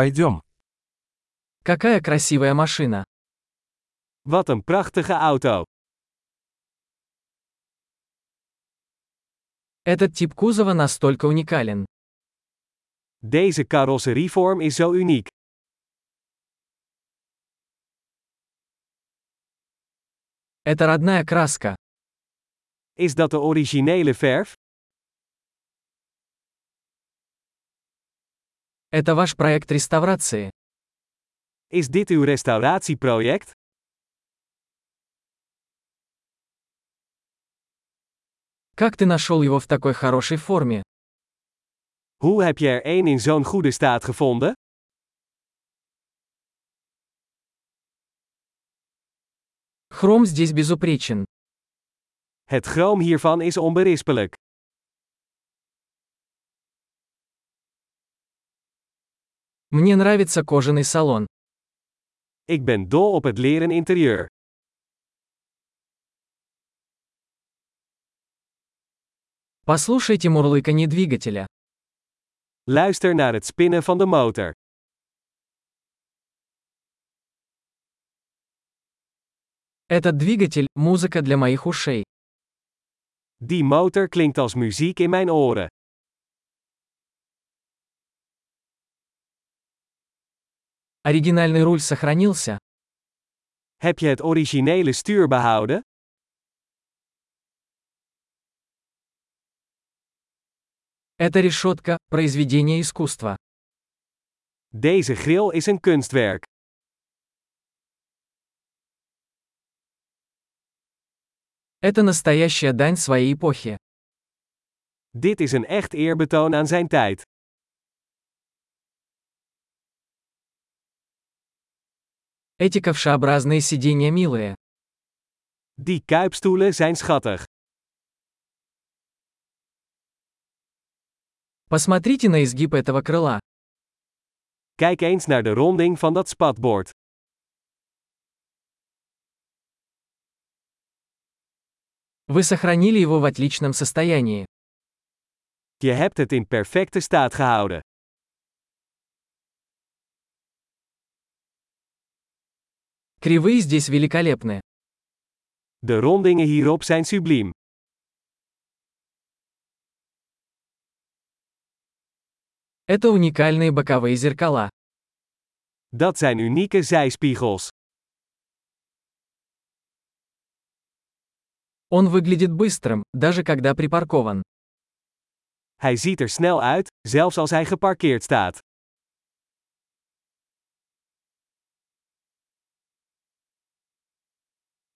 Пойдем. Какая красивая машина. Wat een prachtige auto. Этот тип кузова настолько уникален. Deze carrosserievorm is zo uniek. Это родная краска. Is dat de originele verf? Это ваш проект реставрации. Is dit uw restauratieproject? Как ты нашел его в такой хорошей форме? Hoe heb je er één in zo'n goede staat gevonden? Хром здесь безупречен. Het chroom hiervan is onberispelijk. Мне нравится кожаный салон. Ik ben dol op het leren interieur. Послушайте мурлыканье двигателя. Luister naar het spinnen van de motor. Этот двигатель – музыка для моих ушей. Die motor klinkt als muziek in mijn oren. Оригинальный руль сохранился. Heb je het originele stuur behouden? Эта решетка – произведение искусства. Deze grill is een kunstwerk. Это настоящая дань своей эпохи. Dit is een echt eerbetoon aan zijn tijd. Эти ковшеобразные сиденья милые. Die kuipstoelen zijn schattig. Посмотрите на изгиб этого крыла. Kijk eens naar de ronding van dat spatbord. Вы сохранили его в отличном состоянии. Je hebt het in perfecte staat gehouden. Кривые здесь великолепны. De rondingen hierop zijn subliem. Это уникальные боковые зеркала. Dat zijn unieke zijspiegels. Он выглядит быстрым, даже когда припаркован. Hij ziet er snel uit, zelfs als hij geparkeerd staat.